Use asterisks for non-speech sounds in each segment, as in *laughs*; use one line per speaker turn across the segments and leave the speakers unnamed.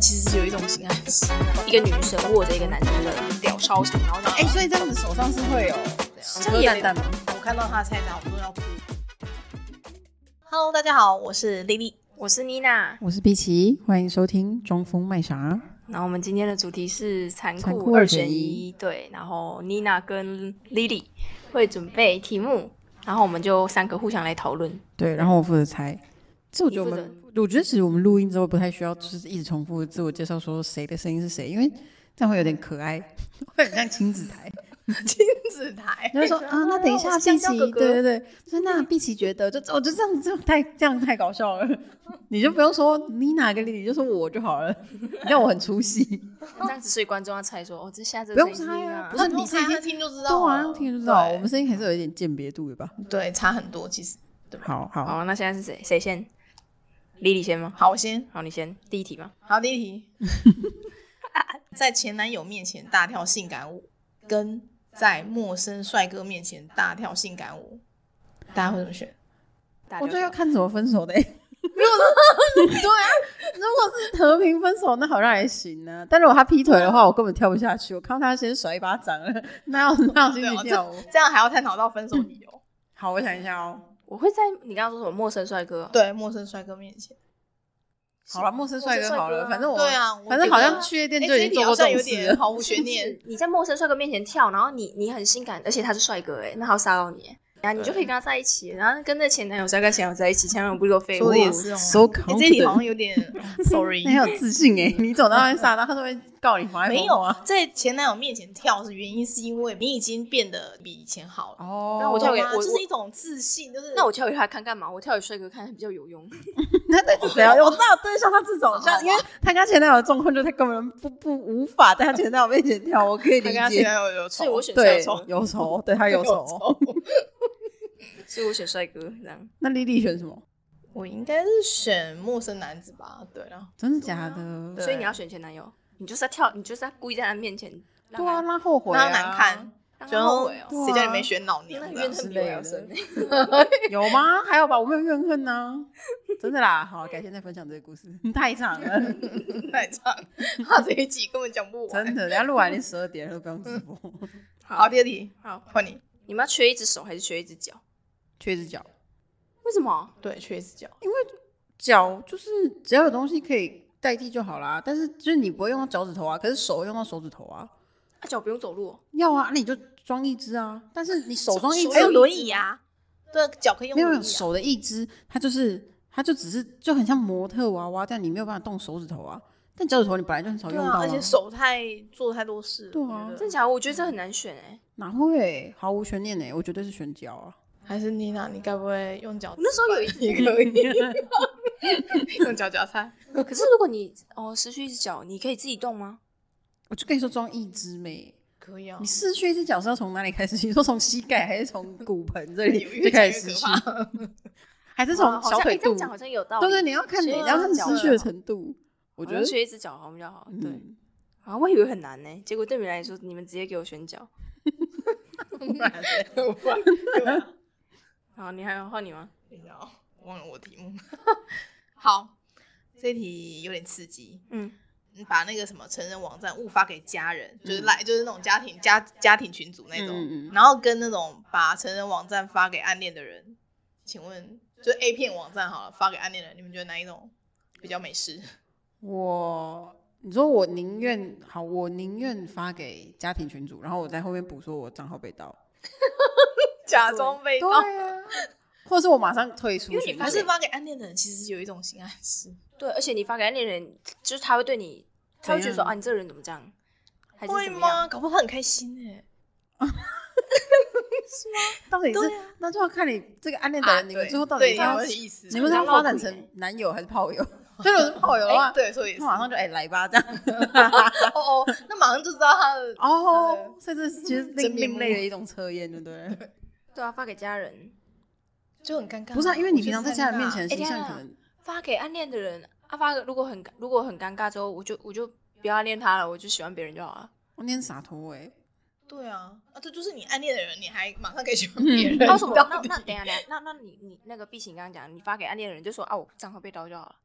其实有一种情感是一个女生握着一个男生的屌超长，然后
哎、所以这样子手上是会有
这样也没
蛋蛋吗？我看到他的菜单，我都要哭。
Hello，大家好，我是丽丽，我是妮娜。
我是碧琪，欢迎收听《装疯卖傻》。
然后我们今天的主题是残
残
酷
酷
二
二选
选一，对。然后妮娜跟 Lily 会准备题目，然后我们就三个互相来讨论。
对，然后我负责猜。这我觉得
你负
我
责
们，我觉得其实我们录音之后不太需要，就是一直重复自我介绍说谁的声音是谁，因为这样会有点可爱， *laughs* 会很像亲子台。
金子台
你会说啊，那等一下
我是香
碧
蕉
琪，
哥
对
哥
对对，就是那碧琪觉得，就我就这样，这样太这样太搞笑了， *laughs* 你就不用说妮娜跟丽丽，就说我就好了， *laughs* 你让我很出戏。
这样子，所以观众要猜说，哦，这下这
不
个
用
声音是
猜啊
Nina
不是你
猜
是已经
他听就知
对
道
啊，
了，
用听就知道，
对
我们声音还是有一点鉴别度的吧？
对差很多其实。
好好，
好，那现在是谁？谁先？Lily 先吗？
好，我先
好，你先。第一题吗？
好第一 *laughs* 题，在前男友面前大跳性感舞，跟在陌生帅哥面前大跳性感舞，大家会怎么选？
大家
我
就
觉得要
说
看怎么分
*laughs*
手的、欸。如果是 *laughs* 对啊，如果是和平分手，那好像还行呢、但如果他劈腿的话，我根本跳不下去。我看到他先甩一巴掌了， *laughs* 那
*laughs*
有那有心
对
情
哦
跳舞？
这样还要探讨到分手理 *laughs* 由？
好，我想一下哦。
我会在你刚刚说什么陌生帅哥？，啊
对，陌生帅哥面前，
好了，陌生帅
陌
哥
生帅
好
哥
了，
啊
反正我
对啊我
哦反正
觉
好
得
像去夜店
哎，
就
这
已
一
经
题
做
好
过
像
这种
有
事
点
了。
毫无悬
*laughs*
念。
你在陌生帅哥面前跳，然后你你很性感，而且他是帅哥哎，那他要骚扰你欸，然后你就可以跟他在一起，然后跟那前男友帅哥前男友在一起，前男友不是有废物
说的？也是哦，
So
哎这一题好像
*laughs* confident，
有点 sorry。
你很有自信哎、你走到那边撒到，他都会告你妨碍
没
风
有啊
化。
在前男友面前跳是原因，是因为你已经变得比以前好了。
哦，
那我
就
跳给我
就是一种自信，就是
那我跳给他看干嘛？我跳给帅哥看比较有用。
*laughs* 那对对啊，我知道，对像他这种，像因为他跟他前男友的状况，就是他根本不不无法在他前男友面前跳，我可以
他
理
跟他前
解。
男友有仇，
所以我选帅
对
哥，
有仇，对他有仇。
*laughs* 所以我选帅哥这样。
*laughs* 那莉莉选什么？
我应该是选陌生男子吧，对啊，
真的假的？
对
所以你要选前男友，你就是要跳，你就是要故意在他面前让
对啊，
他，
让他后悔
那
啊，
他难看，
让
然
他后
后
悔哦。
对啊
谁叫你没选老娘
那你
的
怨
啊？
恨比我还要
之
深
类
欸
的。有吗？还有吧，我没有怨恨呢，真的啦。好，改天再分享这个故事，太长了，
太长，他 *laughs* 这一集根本讲不完。
真的。人家录完已经十二点了，都不用直播。
好，
好，
第二题，
好，
换你。
你们要缺一只手还是缺一只脚？
缺一只脚，
为什么？
对，缺一只脚。
脚就是只要有东西可以代替就好啦。但是就是你不会用到脚趾头啊，可是手会用到手指头啊。
啊，脚不用走路哦，
要啊，那你就装一只啊。但是你手装一只，
哦还有轮椅啊，对，脚可以用
没有没
轮
有
椅啊。
手的一只，它就是它就只是就很像模特娃娃，但你没有办法动手指头啊。但脚趾头你本来就很少
对
用到、
啊，而且手太做太多事了。
对啊
我觉得
真的假的？我觉得这很难选哎。
哪会毫无悬念呢、我绝对是选
*laughs*
脚啊。
还是妮娜，你该不会用脚
我？那时候 *laughs* 有一
也可以 *laughs* 用脚脚踩。
个，可是如果你哦失去一只脚，你可以自己动吗？
*laughs* 我就跟你说装一只没。
可以
哦
啊
你失去一只脚是要从哪里开始？你说从膝盖还是从骨盆这
哎
里
越
就
讲
开
越
始失
可
去， *laughs*
怕。
还是
啊
从
好
小
像
腿
哎这样
肚？
讲好像有道理。
对对，你要看你
是啊
你要看
是啊
失去的程度。我
我
觉得
缺一只脚好像比较好。对 *laughs*
嗯，
啊，我以为很难呢，结果对你们来说，你们直接给我选脚。
不然嘞，不然对啊
好，你还要换你吗？
等一下哦，我忘了我题目。 *laughs* 好，这题有点刺激。
嗯，
你把那个什么成人网站误发给家人，就是来就是那种家庭家家庭群组那种，
嗯嗯嗯嗯
然后跟那种把成人网站发给暗恋的人，请问就是 A 片网站好了，发给暗恋的人，你们觉得哪一种比较美式？ *laughs*
我，你说我宁愿好，我宁愿发给家庭群主，然后我在后面补说我账号被盗，
假装被盗，
啊，或者是我马上退出
因为你
群组，
发
还
现
是发给暗恋的人，其实有一种性暗示，
对，而且你发给暗恋人，就是他会对你，他会觉得说
怎样
啊，你这个人怎么这样，还是
会
怎么样？
吗？搞不好他很开心哎、
到底是
对啊
那就要看你这个暗恋的
啊
人，你们
对
最后到底
对
是
你
要
有意思？
你们是
当
要
老
发展
鬼
成男友还是炮友？ *laughs* 就如果是炮友的
哎
话，
对，所以也是
啊那马上就哎来吧这样。
哦哦，那马上就知道他
*laughs*
的
哦，所以这是其实
真
另
面目
另类的一种测验，对不对？
对啊，发给家人，
就很尴尬。
不是啊，因为你平常
我觉
在
得
家人面
很
前
尴
的形
哎
象
等一下
可能
发给暗恋的人啊，发如果很如果很尴尬之后，我就我就不要暗恋他了，我就喜欢别人就好了。
我念洒脱哎，
尬对啊，啊，这就是你暗恋的人，你还马上可以喜
嗯
欢别人，
那为什么？那
到底
那等一下等一下，那那你你那个碧琴刚刚讲，你发给暗恋的人就说啊，我账号被盗就好了。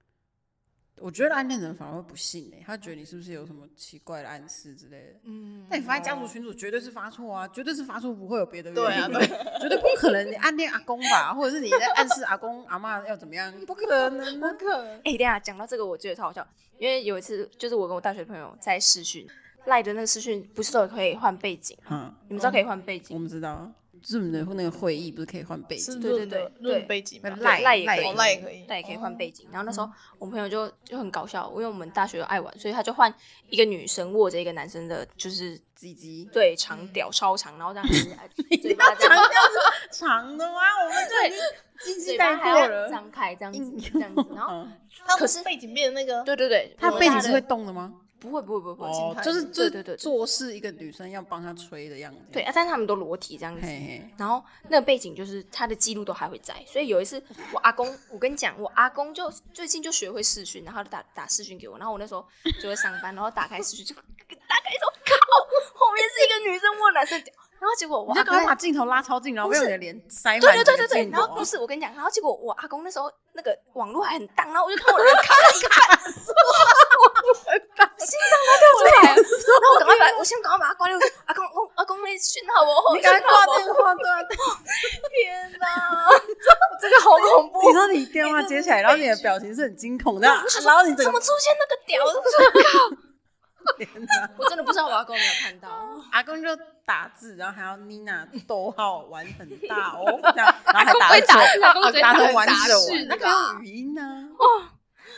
我觉得暗恋的人反而会不信哎、他觉得你是不是有什么奇怪的暗示之类的。
嗯，
但你发现家族群组绝对是发错啊，绝对是发错，不会有别的原因。
对啊对
绝对不可能你暗恋阿公吧，或者是你在暗示阿公阿妈要怎么样，不可能啊。
可
哎、等一下讲到这个，我觉得超好笑，因为有一次就是我跟我大学朋友在视讯，赖的那个视讯不是都可以换背景，
嗯，
你们知道可以换背景
我们知道，Zoom 的那个会议不是可以换背
是
景？
论的
对对对
论背景嘛，
对
赖赖也
赖
可以，
哦赖也可以
赖也可以换背景。然后那
哦
时候我朋友就就很搞笑，因为我们大学都爱玩，所以他就换一个女生握着一个男生的，就是
鸡鸡
对长屌超长，然后这样子
*laughs*
嘴
要
巴这样
强调是长的吗？我们就已经鸡鸡
嘴
带
巴还
过
要
了。
张开这样
硬
子这样子，然
*laughs*
后
嗯，
他
可是
背景变成那个，
对对对，
它
我
背景
大
是
的
会动的吗？
不会不会不会，
哦
静，态
就是
的
就
对
是
对对
做事一个女生要帮他吹的样子。
对，啊，但是他们都裸体这样
嘿
子。
嘿，
然后那个背景就是他的记录都还会在，所以有一次我阿公，我跟你讲，我阿公就最近就学会视讯，然后他就打打视讯给我，然后我那时候就在上班，然后打开视讯就 *laughs* 打开说靠，后面是一个女生握男生屌，然后结果我
你
阿
就
公
赶快
在
把镜头拉超近，然后用你的脸塞满
对对对
你
对
的
对，
镜
然后
头
不是我跟你讲，然后结果我阿公那时候那个网络还很荡，然后我就看我的人卡了一
*laughs*
半，心脏快跳出来了，然后我赶快把我先赶快把它关掉，我说阿公我阿公没讯号我，
你赶快
讯号
挂
我
电话，对啊，
天哪，这个好恐怖
你！说你电话接起来，然后你的表情是很惊恐的，啊然后你整
怎么
个
出现那个屌？我说
脸啊，
我真的不知道我阿公有没有看到。
阿公就打字，然后还要妮娜逗号玩很大哦，这样，然后还打错
阿公
打成
完
完整完，那个
啊
用语音呢，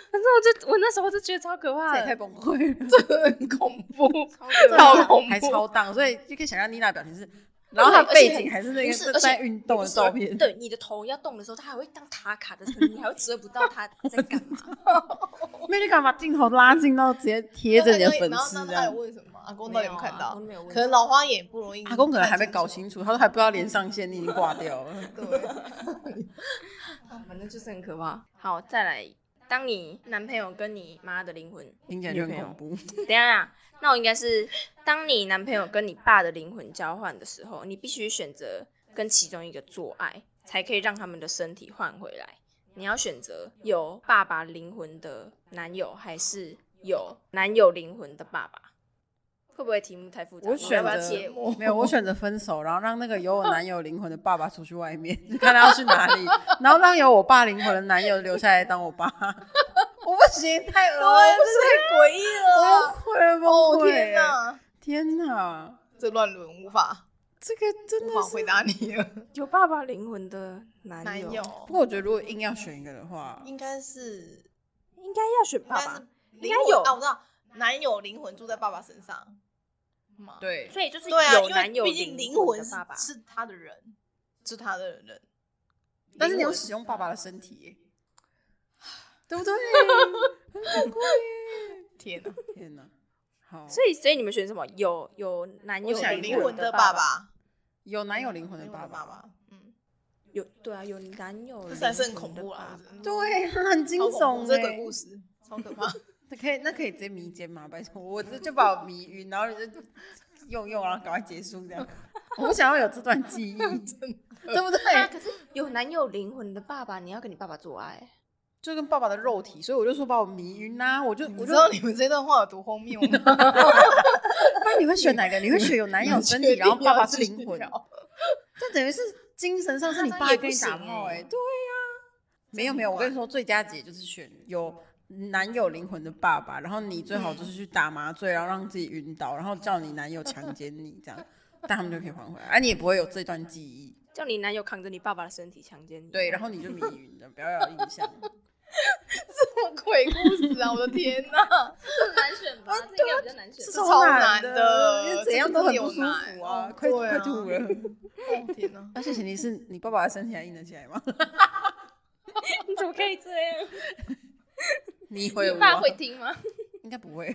反正我就我那时候就觉得超可怕
这也太
的，
崩溃
*laughs*
了，
很恐怖，
超
超恐怖
还超荡，所以就可以想象妮娜的表情是，然后她的背景还是那
不
个
是
是
而且
在运动的照片，
对，你的头要动的时候，它还会当卡卡的，你还会指挥不到它在干嘛。
没有你敢把镜头拉近到直接贴着你的粉丝
然后那
这
他
哎
有
样。
问什么？阿公到底有没有看
阿
到
公？没有问
可能老花眼不容易，
阿公可能还没搞。清楚，他都还不知道连上线，你已经挂掉了。
对，
啊反正就是很可怕。好，再来，当你男朋友跟你妈的灵魂，
听起来就很恐怖。
等一下啊，那我应该是，当你男朋友跟你爸的灵魂交换的时候，你必须选择跟其中一个做爱，才可以让他们的身体换回来。你要选择有爸爸灵魂的男友，还是有男友灵魂的爸爸？会不会题目太复杂？
我选
要不要
择
切
没有，我选择分手，然后让那个有我男友灵魂的爸爸出去外面， *laughs* 看他要去哪里，然后让有我爸灵魂的男友留下来当我爸。 *laughs* 我不行，太恶心，
太诡异
崩
了。
溃了，崩
哦哎
溃！
天哪，
天哪，
这乱伦无法
这个真
无
的
法
是……
回答你了。
有爸爸灵魂的男
男
友，
友
不过我觉得，如果硬要选一个的话，
应该是
应该要选
应
爸
该是
爸，
灵
应该
魂
有
啊，我知道男友灵魂住在爸爸身上嘛。
对，
所以就是
对啊，
有
因为
男友
毕竟灵
魂
魂
的
是
爸爸。
是他的人，是他的人。
但是你
灵
有
魂
使用爸爸的身体耶，对不 *laughs* 对？
天哪，
天哪，好，
所以，所以你们选什么？有有男友
我想
灵
灵
魂
魂
的
爸
爸，爸，
有男友灵魂的
灵
爸
爸
爸。
爸，嗯，
有对啊，有男友灵魂的
这
爸爸，
才是很恐怖啊啦，我觉得
对，啊很惊
超恐
悚
怖
耶，
这鬼故
*laughs*
事超可怕。
那可以，那可以直接迷奸吗？拜托，我这就把我迷晕，然后你就用用，然后赶快结束这样。我不想要有这段记
*laughs*
忆，对不对？
啊可是有男友灵魂的爸爸，你要跟你爸爸做爱，
就跟爸爸的肉体，所以我就说把我迷晕啦、我就
你
我
知
就
道你们这段话有多荒
*laughs*
谬啊吗？
不然你会选哪个？你会选
*laughs*
有男友身体，然后爸爸是灵魂，这等于是精神上是你爸跟你打炮
那也不行
哎、
欸
对呀、没有没有，我跟你说，最佳解就是选有男友灵魂的爸爸，然后你最好就是去打麻醉，然后让自己晕倒，然后叫你男友强奸你这样，但他们就可以还回来，啊，你也不会有这段记忆，
叫你男友扛着你爸爸的身体强奸你。
对，然后你 *laughs* 就迷晕了，不要有印象。
什么鬼故事啊！我的天
*laughs*
哪，
很难选吧？这应该比较难选
是
这
超
难
的，
的
因为怎样都很不舒
这个
服
有难
啊，
哦
快
对啊
快吐 *laughs* 了。
哦天
*laughs*
哪！
而且前提是你爸爸的身体还硬得起来吗？
你怎么可以这样？
*laughs* 你会
你
我
爸会听吗？
应该不 *laughs* 会。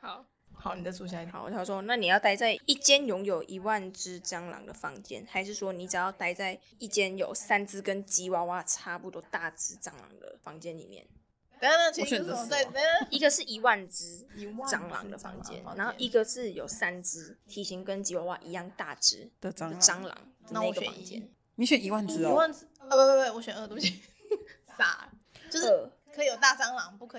好。
好，你再说下一条。
好，他说，那你要待在一间拥有一万只蟑螂的房间，还是说你只要待在一间有三只跟吉娃娃差不多大只蟑螂的房间里面？
等一下，那前提
我选
是
择
什么？
死
再
亡
等一下
一个是一万只
一万只
蟑螂的房间
蟑螂，
然后一个是有三只体型跟吉娃娃一样大只
的蟑
的
螂，
蟑螂的
那
那
我
个
选
房
一
间。
你选一万只
一
哦， *laughs*
万只啊！不不不，我选二，对不起，傻了，就是
二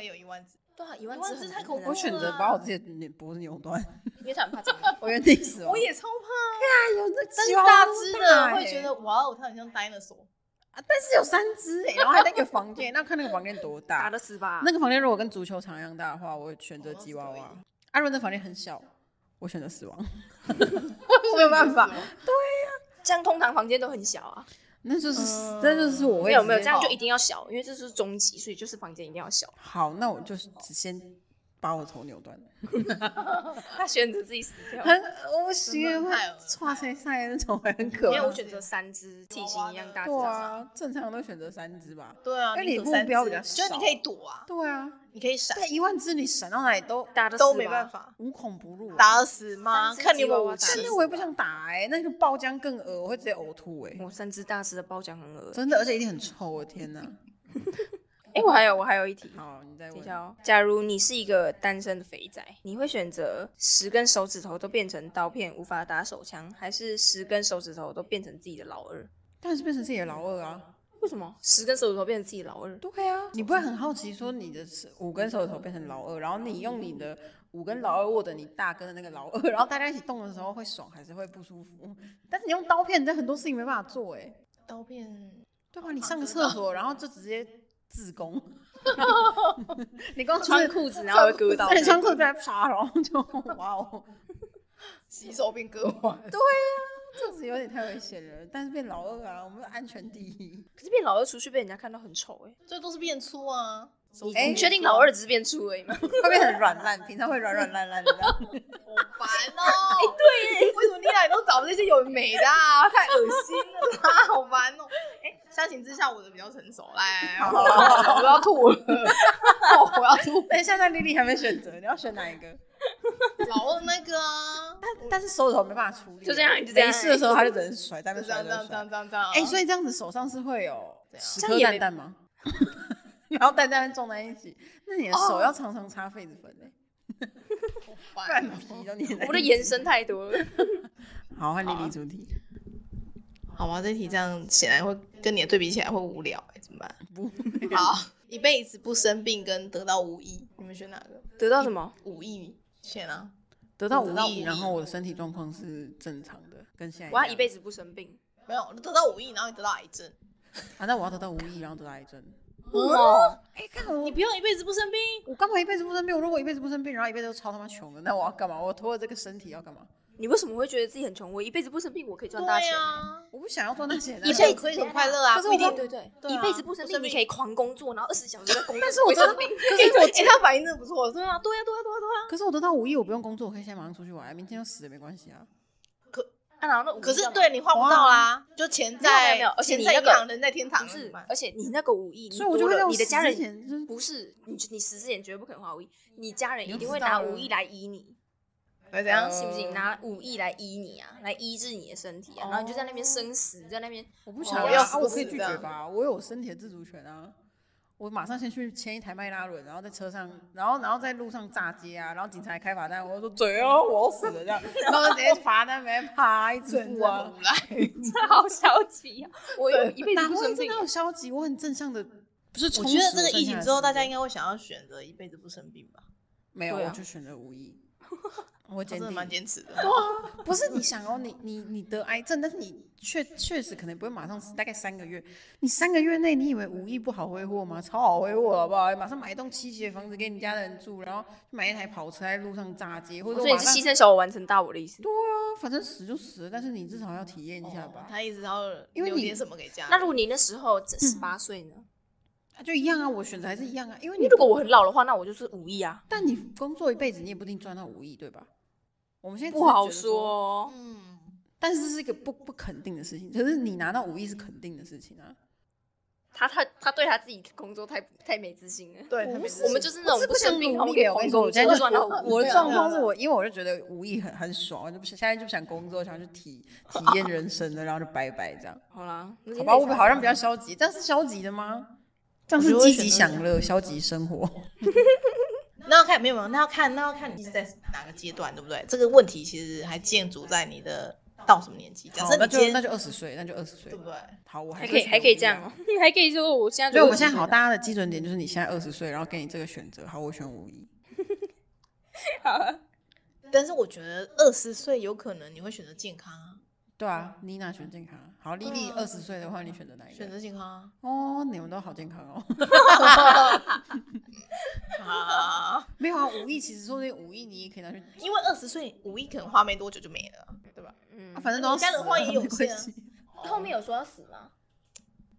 以有一万只，
对啊，一万
一万
只
只
很
太
难
恐
很
怖
难
我
了
想
选择把我自己的脸脖子扭断，
你想怕怎么样？
我原地死亡。
我也超怕，
有那
但是
超
大只
大
的会
欸
觉得哇哦，它很像 dinosaur。
啊，但是有三只哎、然后还在一个房间，那看那个房间多
打
大
得。死吧？
那个房间如果跟足球场一样大的话，我会选择
哦
吉娃
可以
娃。啊，如果那房间很小，我选择死亡。
没有办法，
这样通常房间都很小啊。
那就是，
嗯
那就是哦我会
没有没有，
直
这
接
样就一定要小，因为这是终极，所以就是房间一定要小。
好。那我就是只先把我的头扭断。
他选择自己死掉。
很恶心，欸
真的
会
太恶心
唰塞塞那种，很可
因
怕
为。我选择三只体型一样大只的
对啊，正常都选择三只吧。
对啊，
因为你
走
目
三
标
只
比较
就是你
少
可以躲啊，
对啊，
你可以闪，
但一万只你闪到哪里都
打得死吧
都没办，法，
无孔不入、啊
打得死吗？
三只
看你有
吉
没
娃
有
娃
武
打得
器
死
那。我也不想打哎、那个爆浆更恶，我会直接呕吐哎、
我三只大只的包奖很恶。
真的，而且一定很臭，我的天
*laughs*
哪！
哎、我还有我还有一题，
好，你再
等一
问。
下哦。假如你是一个单身的肥仔，你会选择十根手指头都变成刀片，无法打手枪，还是十根手指头都变成自己的老二？
当然是变成自己的老二啊。
为什么十根手指头变成自己的老二？
对啊，你不会很好奇说你的五根手指头变成老二，然后你用你的五根老二握着你大根的那个老二，然 *laughs* 后大家一起动的时候会爽还是会不舒服？但是你用刀片，你在很多事情没办法做哎、
刀片
对
哦
吧？你
蛮
上个
多
厕
的
所，然后就直接自宫，你光
穿裤子然后会割
*laughs*
到
对，穿裤子在啪，然后就哇哦，
洗手变割腕，
这是有点太危险了。但是变老二啊，我们安全第一。
可是变老二出去被人家看到很丑哎、
这都是变粗啊。手
你
指
哎
你确定老二只是变粗而已 *laughs* 吗？
会变很软烂，平常会软软烂烂的。
好烦哦！哎，对耶， *laughs* 为什么你俩都找这些有美的啊？太恶心了啦，好烦哦！哎，相形之下，我的比较成熟，来，我我要吐了， *laughs* 我要 *laughs* 吐。
等一 *laughs* 下，但丽丽还没选择，你要选哪一个？
老二那个啊，
*laughs* 但是手指头没办法处理啊，
就这样就这样
没事的时候他就只能甩，在那
就
边
这
甩
样哦这样
在那边
这样
甩。
这样这样。
哎、所以这样子手上是会有
对啊
十
这样
颗
也
蛋
没
蛋吗？ *laughs* 然后蛋蛋撞在一起，那你的手
哦
要常常擦痱子粉 *laughs* 哎、
好
不然
烦哦
皮都粘在
我的
一起
延伸太多了。
好，换丽丽主题。
好啊吧，这题这样显然会跟你的对比起来会无聊，哎，怎么办？
*laughs* 不，
好，一辈子不生病跟得到五亿，你们选哪个？
得到什么？
五亿选啊！
得到
得
五
到
亿，
五
然
亿
后我的身体状况是正常的，跟现
*laughs*
在
我要
样
一辈子不生病。
没有得到五亿，然后你得到癌症。
啊，那我要得到五亿，然后得到癌症。
哦，
哎，看我
你不要一辈子不生病，
我干嘛一辈子不生病？我如果一辈子不生病，然后一辈子都超他妈穷的，那我要干嘛？我拖着这个身体要干嘛？
你为什么会觉得自己很穷？我一辈子不生病，我可以赚
对啊
大钱欸、
呀，
我不想要赚那些，
一
而
辈
且
子
可以很快乐啊，
啊可是
不
我
一定
对对
对啊
一辈子不生病，
不生病
你可以狂工作，然后二十小时在工作。
*laughs* 但是我
不会
得到，
生
可
病，
是我
我哎，他反应真的不错，对啊，对啊，对啊，对啊，对啊。
可是我得到五亿，我不用工作，我可以现在马上出去玩，明天就死也没关系啊。
啊然后那五亿
可是
干嘛
对你换不到啦，就钱
没有
在
没有没有而且
钱
你
在
那
银
个
行，人在天堂，啊
不是
怎么，办
而且你那个五亿，
所以我就
多
会
了
在我
你的
死
家
之
人
前就是
不是你，你死之前绝对不可能花五亿，你家人
你
一
就
定会
知道
拿
了
五亿来医你，
来怎样？
信不信？拿五亿来医你啊，来医治你的身体啊，然后你就在那边生死，在那边
我不想
我
要
要
啊，
死
我
不
可以
死
拒
这
绝
样
吧，我有身体的自主权啊。我马上先去签一台迈拉伦，然后在车上，然后然后在路上炸街啊，然后警察还开罚单，我就说嘴啊，我要死了这样，然后就直接罚单没啪一直付啊，
来，
这 *laughs* 好消极啊！ *laughs* 我有一辈
哪
子不
会
生
真
病
的，有消极？我很正向的，不是
我
充
觉
实我
得
剩下
这
的时间。
个疫情之后，大家应该会想要选择一辈子不生病吧？
没有，
对
我
啊
就选择无
*laughs*
意。我
我
坚
真的蛮
定，
坚持的。
不是你想哦，你你你得癌症，但是你确确实可能不会马上死，大概三个月。你三个月内，你以为无意不好挥霍吗？超好挥霍，好不好？马上买一栋七级的房子给你家的人住，然后买一台跑车在路上炸街，或者
所
我
以
马
你是牺
上
牲小我完成大我的意思。
啊反正死就死了，但是你至少要体验一下
哦
吧。
他一直要
因为
留
你
点什么给家人。
那如果你那时候
嗯
十八岁呢？
啊就一样啊，我选择还是一样啊，因为
因
你
为如果我很老的话，那我就是五亿啊，
但你工作一辈子，你也不一定赚到五亿，对吧？我们现在只
不
是
好
觉得
说哦。
嗯，
但是这是一个不不肯定的事情，可是你拿到五亿是肯定的事情啊。
他他他对他自己工作太太没自信了。
对，
我
他
不
没
是
事
我们就是那
我是
种
不
不生
想
病，然
努
后
力
可以
欸，我跟
狂
你说，
工
我现
作
在
赚
就
到
我
五
我的
对啊
状
对啊
况是
对啊
我，因为我就觉得五亿很很爽，我就不想现在就不想工作，想去体体验人生的，然后就拜拜这样。
好啦，
好吧，我好像比较消极，这样是消极的吗？这样是
我觉得
积
会
极
选择
享乐、消极生 *laughs* 活。
那要看没有没有，那要看那要看你是在哪个阶段，对不对？这个问题其实还建筑在你的到什么年纪？假
好
设，
那
你今
就
天
那就二十岁，那就二十岁
对。不对？
好，我
还
还
可以还可以这样哦、。你 *laughs* 还可以说我现在
所以
就
啊我
*laughs*
们现在好，大家的基准点就是你现在二十岁，然后给你这个选择，好，我选五一。
好
但是我觉得二十岁有可能你会选择健康啊，
对啊，妮娜选健康啊，好，丽丽二十岁的话，你选择哪一个？
选择健康
哦，你们都好健康哦。
啊，啊
没有啊，五一其实说这五一你也可以拿去，
*laughs* 因为二十岁五一可能花没多久就没了，对吧？
嗯
啊反正都要
你家
死
人
了
话也有
没关
限啊
系
后面有说要死吗？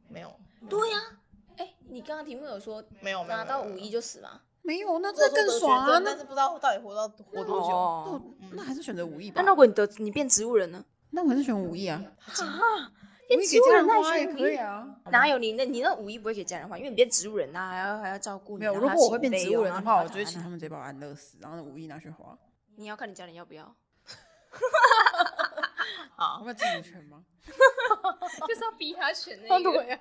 没有，
对呀、
啊
哎、你刚刚题目有说
没有，没有
拿到五一就死吗？
没有，那
没有
这更爽啊！
但
那
是不知道到底活到活多久。
哦，
那那还是选择五一吧
那。如果你得你变植物人呢？
那我还是选五亿啊，
啊，
五
变
亿
植
给
物
家
人
人
那
花也
选五
可以
一？
啊。
哪有你嗯那你那五一不会给家人花，因为你变植物人呐、还要还要照顾你。啊
没有，
然后
如
还
果我
请
会变
费
植物
用
人的
然后
话，
干
我就会
嘛
请
的
他们直接把我安乐死，然后五亿拿去花。
你要看你家人要不要，
啊
我们有自主权吗？ *laughs*
就是要逼他选
啊，对呀。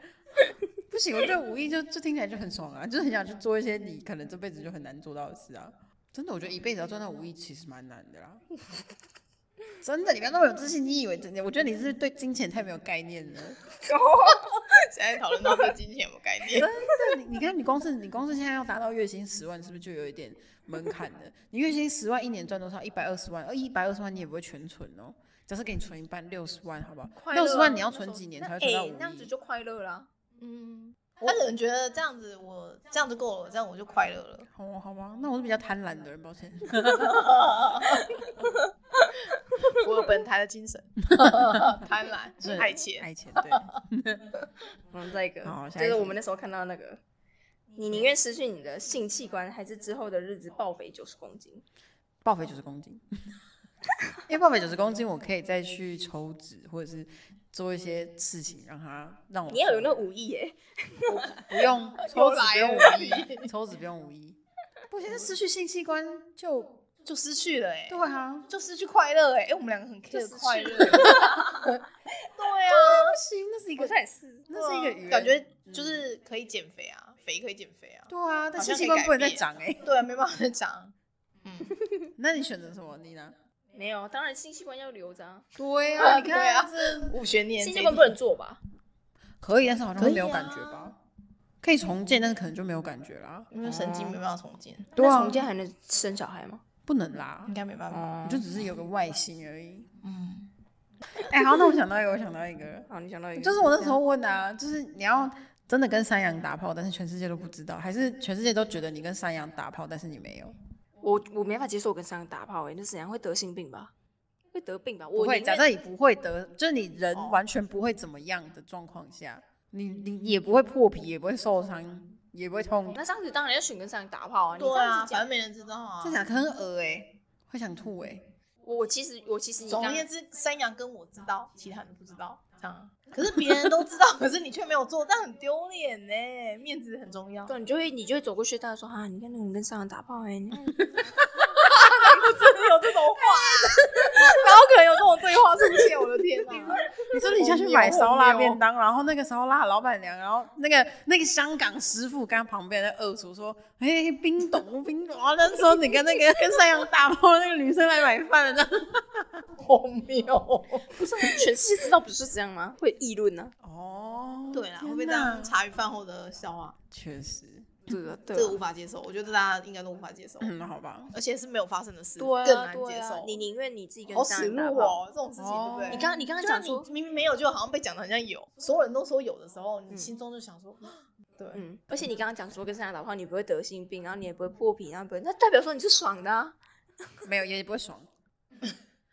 不行，我觉得五亿就就听起来就很爽啊，就是很想去做一些你可能这辈子就很难做到的事啊。真的，我觉得一辈子要赚到五亿其实蛮难的啦。真的，你不要那么有自信，你以为真的？我觉得你是对金钱太没有概念了。
现在讨论到对金钱有没有概念？
你你看，你光是你光是现在要达到月薪十万，是不是就有一点门槛了？你月薪十万，一年赚多少？一百二十万，而一百二十万你也不会全存哦。假设给你存一半，六十万，好不好？
乐啊
六十万你要存几年才会
哎、
存到五
那样子
亿？
就快乐啦。
嗯，他可能觉得这样子我这样子够了，这样我就快乐
*laughs*
了。
哦，好吧，那我是比较贪婪的人，抱
*laughs*
歉。
我有本台的精神，贪婪、爱钱。
爱钱，对。
我们嗯再一个
嗯好，下
就
一
是
题
我们那时候看到那个，你宁愿失去你的性器官，还是之后的日子暴肥九十公斤？
嗯报肥九十公斤， *laughs* 因为报肥九十公斤，我可以再去抽脂，或者是做一些事情让它让我
你要有那
瘦
五亿耶，
不用
*laughs*
抽脂不
来
用
了
五一，抽脂不用五一。不行，失去性器官就
就失去了哎、
对啊，
就失去快乐哎、哎、我们两个很 care 快乐，欸对啊，
不行，那是一
我
个，
算也是。
那是一个语言
感觉就是可以减肥啊，肥可以减肥啊，
对啊，但
好像
性
可
器
以
官
改
不能再
变
长哎、
对啊，没办法再长，嗯，
那你选择什么？你呢？
没有，当然性器官要留着、啊，
对
啊 *laughs*
啊，你看
对啊
这
五学年
性器官不能做吧？
可以，但是好像
可
会
以
没有感觉
啊
吧？可以重建，但是可能就没有感觉啦。
因为神经没办法重建，
对
那
啊
重建还能生小孩吗？
不能啦
应，该没办法，
哦
你就只是有个外形而已。
嗯，
哎、好，那我想到一个，我想到一个，
好，哦你想到一个，
就是我那时候问的啊，就是你要真的跟山羊打炮，但是全世界都不知道，还是全世界都觉得你跟山羊打炮，但是你没有？
我我没法接受我跟三个打炮哎、那沈阳会得性病吧？会得病吧？我
不会，
宁
假
愿
设你不会得，就是你人
哦
完全不会怎么样的状况下，你你也不会破皮，也不会受伤，也不会痛。
哦
那这样子当然要选跟三个打炮啊。你
对
这样
啊，
子
反正
讲，
没人知道啊
这。讲很恶哎、会想吐哎、
*laughs*
我我其实我其实你
总而
刚
言之，山羊跟我知道，其他人都不知道，这样。可是别人都知道，可是你却没有做，但很丢脸呢，面子很重要。
对，你就会你就会走过去，大家说啊，你看那个人跟上人打炮哎、你
*laughs*
看
有这种话，然后可能有这种对话出现，我的天哪！
你说你下去买烧腊便当，然后那个烧腊老板娘，然后那个那个香港师傅跟旁边的二厨说：“哎、冰冻冰冻。”然后那时候你跟那个跟山羊打炮那个女生来买饭了， *laughs* 这样
荒谬。
不是全世界知道不是这样吗？会议论呢、
*laughs*
哦，
对啦，
天
会被这
哪
样茶余饭后的笑话，
确实，
啊？对啊，对
这个无
啊，
法接受。我觉得大家应该都无法接受，
嗯，好吧，
而且是没有发生的事，
对啊，
更难
对
接
啊
受。
你宁愿你自己跟
好
上
耻
人打
辱
炮。
哦，这种事情对不
哦
对？
你刚你刚刚
就是
讲
你
说，
明明没有，就好像被讲的很像有，所有人都说有的时候，你心中就想说，对，
嗯，而且你刚刚讲说跟上人打炮，你不会得性病，然后你也不会破皮，然后不会，那代表说你是爽的、啊。
*laughs* 没有也不
*laughs*
会爽，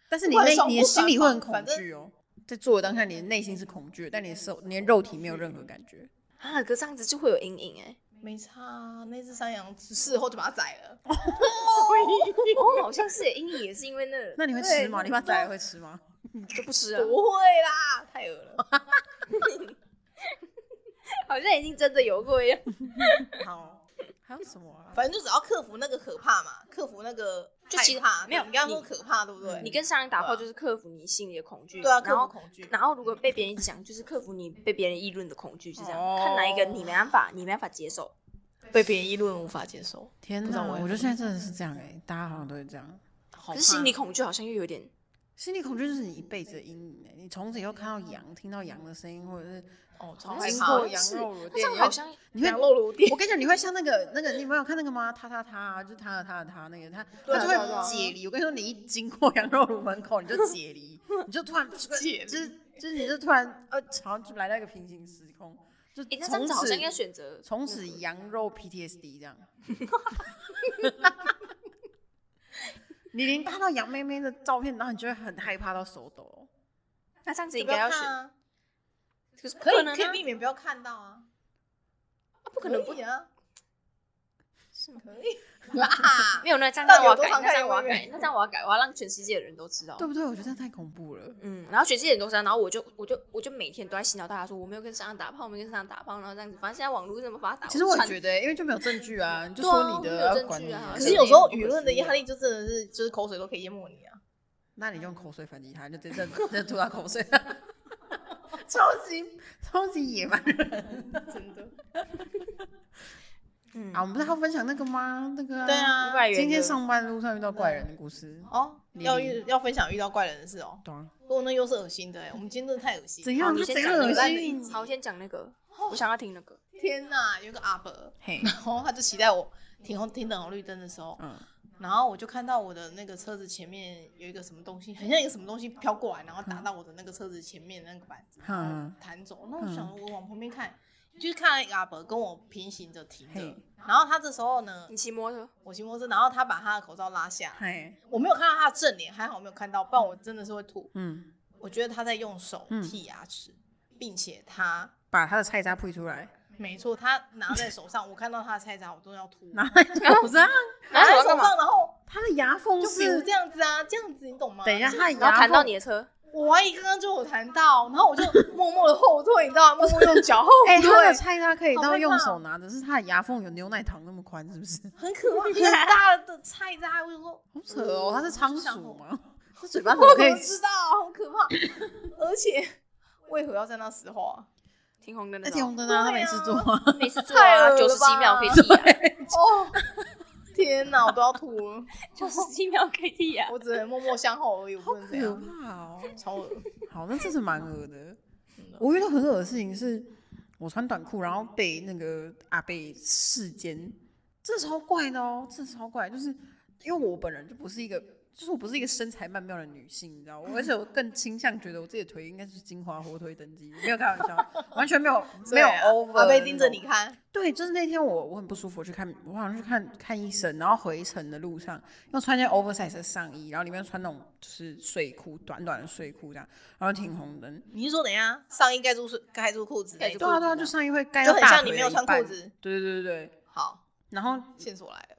但是你
不会
内
爽
你的
不
心
爽
里会很
反
恐
正
惧哦，在做的当下你的内心是恐惧的，但你的手你的肉体没有任何感觉，
啊，可这样子就会有阴影哎、 *laughs*
没差啊。那只山羊事后就把它宰了，
哦，好像是耶阴影也是因为那
那你会
对
吃吗？
那
你把
不
宰了会吃
*laughs*
吗？
都不吃啊
不，会啦，太恶了。
好像已经真的有过一样。
嗯
好，还有什么啊？
反正就只要克服那个可怕嘛，克服那个
就
害
其实
怕。
没有
你刚刚说
你
可怕，对不对？
你跟上人打炮
对啊
就是克服你心里的恐惧，
对啊，
然
克服
后
恐惧。
然后如果被别人讲，就是克服你被别人议论的恐惧，就这样，
哦
看哪一个你没办法，你没办法接受。
被别人议论无法接受，
*laughs* 天
不知
哪
道我，也
我觉
不
得欸现在真的是这样哎、大家好像都是这样。
好
可
怕
是心理恐惧好像又有点
心理恐惧就是你一辈子的阴影、欸。你从此以后看到羊，听到羊的声音，或者是
哦，超害
经
怕
过
的。
羊肉炉
这
店，
样
你
好
会
像
你
*laughs*
会
羊肉炉店
我跟你讲，你会像那个那个，你有没有看那个吗？他他他，就是他的他的他那个他，
对
他
啊
就
对啊对啊
会解离。我跟你说，你一经过羊肉炉门口，你就解离，你就突然
*laughs* 解离
就是就是你就突然呃，好像就来到一个平行时空，就
哎、那这样
从
子好
此
像应该选择
从此羊肉 PTSD 这样。 *laughs* 你连看到杨妹妹的照片，然后你就会很害怕到手抖。
那这样子
你
应
不
该
要
要
看
选，
啊，
可是不
可以
能
可以
啊，
避免不要看到啊，
啊不可能不
以 *laughs* 啊，
是吗？
可以啊 *laughs*
没，有那这样
到
那
底
我要
有多
改，
常
那这
看
样我要
有没有 *laughs*
改，那这样我要改，我要让全世界的人都知道。
对不对？我觉得这太恐怖了。
嗯，然后全世界人都知道，然后我就我就我就每天都在洗脑大家说我没有跟上打炮，我没有跟上打炮，然后这样子，反正现在网络这么发达，
其实我也
传
觉得，因为就没有证据啊，你就
对啊
说你
没
的，
有
要
证
管
据
你
啊
啊。
可是有时候舆论的压力就真的是，就是口水都可以淹没你啊。
那你就用口水反击他，你就直接在在吐他口水， *laughs* 超级超级野蛮人
真的。
嗯
啊！我们不是还要分享那个吗？那个、
对，啊
五，百元
今天
嗯的
上班路上遇到怪人的故事。
哦，
你
要遇要分享遇到怪人的事哦。
懂啊？
不过那又是恶心的哎，我们今天真的太恶心。
怎
好
样？
你
他
先
贼
讲那
恶
个烂
的一
心
集。
好，我先讲那个，我想要听那个。
天哪，有个阿伯，
嘿，
然后他就骑在我停红停等红绿灯的时候，
嗯，
然后我就看到我的那个车子前面有一个什么东西，很像一个什么东西飘过来，然后打到我的那个车子前面那个板子，
嗯
然后弹走。那我想我往旁边看，就是看到一个阿伯跟我平行着停着
嘿，
然后他这时候呢，
你骑摩托车，
我骑摩托车，然后他把他的口罩拉下，
嘿，
我没有看到他的正脸，还好我没有看到，不然我真的是会吐。
嗯，
我觉得他在用手
嗯
剔牙齿，并且他
把他的菜渣吐出来，
没错，他拿在手上，我看到他的菜渣，我都要吐。
拿在手上，
拿在
手
手
干嘛？
上，然后
啊他的牙缝
就比如
是
这。样子啊，这样子你懂吗？
等一下，他的
然后
牙
弹到
缝，
你的车，
我阿姨刚刚就有谈到，然后我就默默的后退，你知道吗？默默用脚后
哎，
退，
他的菜渣可以
好害
到
怕
用手拿的，是他的牙缝有牛奶糖那么宽，是不是？
很可怕，很大的菜渣，我就
*laughs*
说
好扯哦，他是仓鼠？
我
吗？他嘴巴怎
*laughs*
么
我
可以
怎么知道？好可怕！而且为何要在那时候啊？
停红灯的
那
那
天红
种，
灯啊，他没事做啊，
每次做
太恶
啊
了吧
九十几秒可以剃牙，
哦，天哪，我都要吐了，
*laughs* 九十几秒可以啊剃
*laughs*
牙。
我只能默默向后而已，我不能这
可
样，
怕哦。
超恶
好，那这是蛮恶
*laughs*
的
的。
我遇到很恶的事情是，我穿短裤，然后被那个阿贝视奸，这超怪的哦，这超怪，就是因为我本人就不是一个，就是我不是一个身材曼妙的女性，你知道吗，而且我更倾向觉得我自己的腿应该是金华火腿等级，没有开玩笑，完全没有 *laughs* 没
*laughs*
有
对啊
over，
阿贝
那
盯着
种
你看，
对，就是那天我我很不舒服，我去看我好像去看看医生，然后回程的路上又穿件 oversize 的上衣，然后里面穿那种就是睡裤，短短的睡裤这样，然后停红灯。
你是说等一下上衣盖住盖住裤子那
盖住
种？
对啊对啊，就上衣会盖
就
到
很
大
像你没
腿的
有
一
穿
半
裤。子。
对对对对，
好，
然后
线索来了，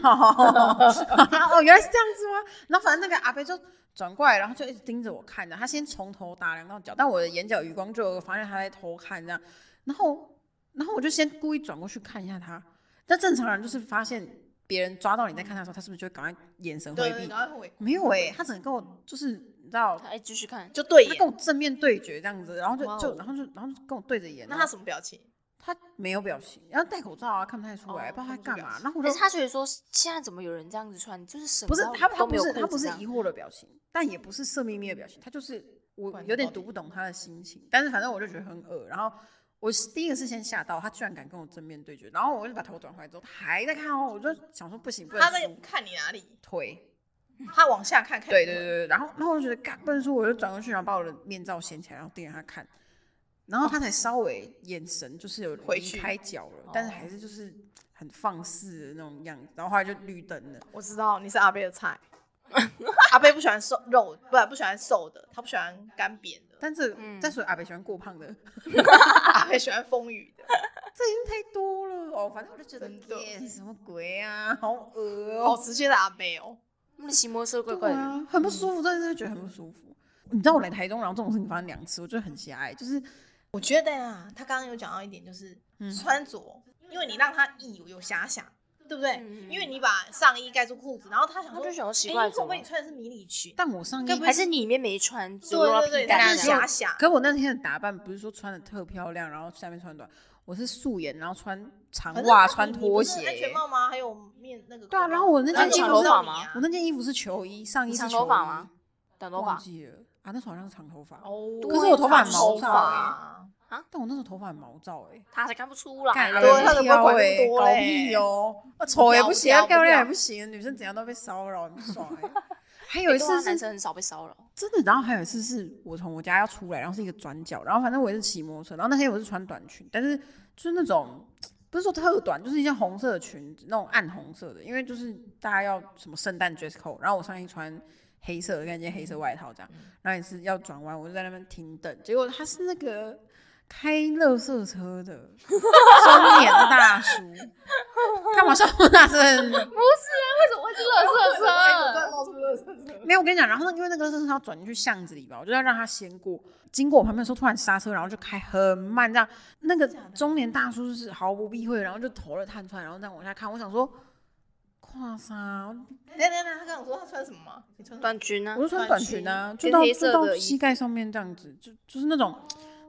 *laughs* 哦，原来是这样子吗？然后反正那个阿伯就转过来，然后就一直盯着我看着，他先从头打量到脚，但我的眼角余光就有发现他在偷看这样，然后然后我就先故意转过去看一下他，但正常人就是发现别人抓到你在看他的时候，他是不是就会赶快眼神
对
回
对，
避？
赶快回，
没有哎、他整个跟我就是你知道，
哎，继续看，
就对
他
眼
跟。我正面对决这样子，然后就
哇哦
就然后就然后就跟我对着眼，
那
然
他
后
什么表情？
他没有表情，然后戴口罩啊，看不太出来，
哦
不知道
看不出
他干
表
嘛。
情
然后我
可
就是
哎他觉得说现在怎么有人这样子穿，就是什么
不是
都
他，他
都没
不
有啊
是
裤
他不
子
是
这样
疑惑的表情，但也不是色眯眯的表情，他就是我
管他
有点
到底
读不懂他的心情，但是反正我就觉得很恶。然后我是第一个是先吓到，他居然敢跟我正面对决，然后我就把头转回来之后，他还在看哦，我就想说不行不能
他在
输
看你哪里？
腿，
他往下看看你。
对对对对，然后然后我就觉得干不能输，我就转过去，然后把我的面罩掀起来，然后盯着他看，然后他才稍微眼神就是有
回
离
去
开脚了，但是还是就是很放肆的那种样子，然后后来就绿灯了。
我知道你是阿贝的菜。 *laughs* 阿贝不喜欢瘦肉，不不喜欢瘦的，他不喜欢干扁 *laughs* 的，
但是，
嗯
但是阿北喜欢过胖的，
阿贝喜欢丰腴的。
这已经太多了哦，反正我就觉得
真的
天什么
*laughs*
鬼啊，好恶
好
哦，
直接的阿贝哦，
他们骑摩托车怪
对
怪的，
啊，很不舒服，真的是觉得很不舒服。你知道我来台中，然后这种事情发生两次，我觉得很狭隘，就是
我觉得啊，他刚刚有讲到一点，就是
嗯
穿着，因为你让他意有遐想，对不对？
嗯嗯
因为你把上衣盖住裤子，然后他想
他
说，
就想要奇
哎
怪
会
怎
不
么
会你，穿的是迷你裙？
但我上衣
该不会
还是你里面没穿，只
对
露到
对
屁
对，
股
他
但
就是
这样
遐想。
可我那天的打扮不是说穿的特漂亮，然后下面穿短，我是素颜，然后穿长
反正
袜，
他
穿
哦你你
拖
不是
鞋。
安全帽吗？还有面那个口罩。
对啊然后我那
件衣服
长头
是
发吗？
我那件衣服是球衣，上衣
你
是
长
球
头
衣
发吗？短头
忘
发
记了啊，那时候好像是长头发，
哦
可是我头发很
头
毛
躁
发
但我那时候头发很毛躁哎、
他才看不出来啊
干
嘞，
啊对他的
挑
管那么
欸
多
搞
嘞
屁哦，啊丑也
不
不行，
挑不
漂亮也
挑
不行，女生怎样都被骚扰，很不爽
*laughs*
欸还有
对
一
啊
次
男
是
生很少被骚扰，
真的，然后还有一次是我从我家要出来，然后是一个转角，然后反正我也是骑摩托车，然后那天我是穿短裙，但是就是那种不是说特短，就是一件红色的裙子，那种暗红色的，因为就是大家要什么圣诞 dress code，然后我上衣穿黑色的跟一件黑色外套这样，然后也是要转弯，我就在那边停等，结果他是那个开乐色车的中年大叔，干嘛笑我大声？
为什么会是垃圾
*laughs*
哎，
车？
冒出乐色车，
*laughs* 没有，我跟你讲，然后呢，因为那个车是要转进去巷子里吧，我就要让他先过。经过我旁边的时候，突然刹车，然后就开很慢，这样。那个中年大叔是毫不避讳，然后就头了探出来，然后这样往下看。我想说，跨啥？
等 *laughs* 等等，他跟我说他穿什么吗？你穿什么
短裙呢
我？就穿短裙啊，就
裙
到
黑
就
色
到
的衣
膝盖上面这样子，就就是那种，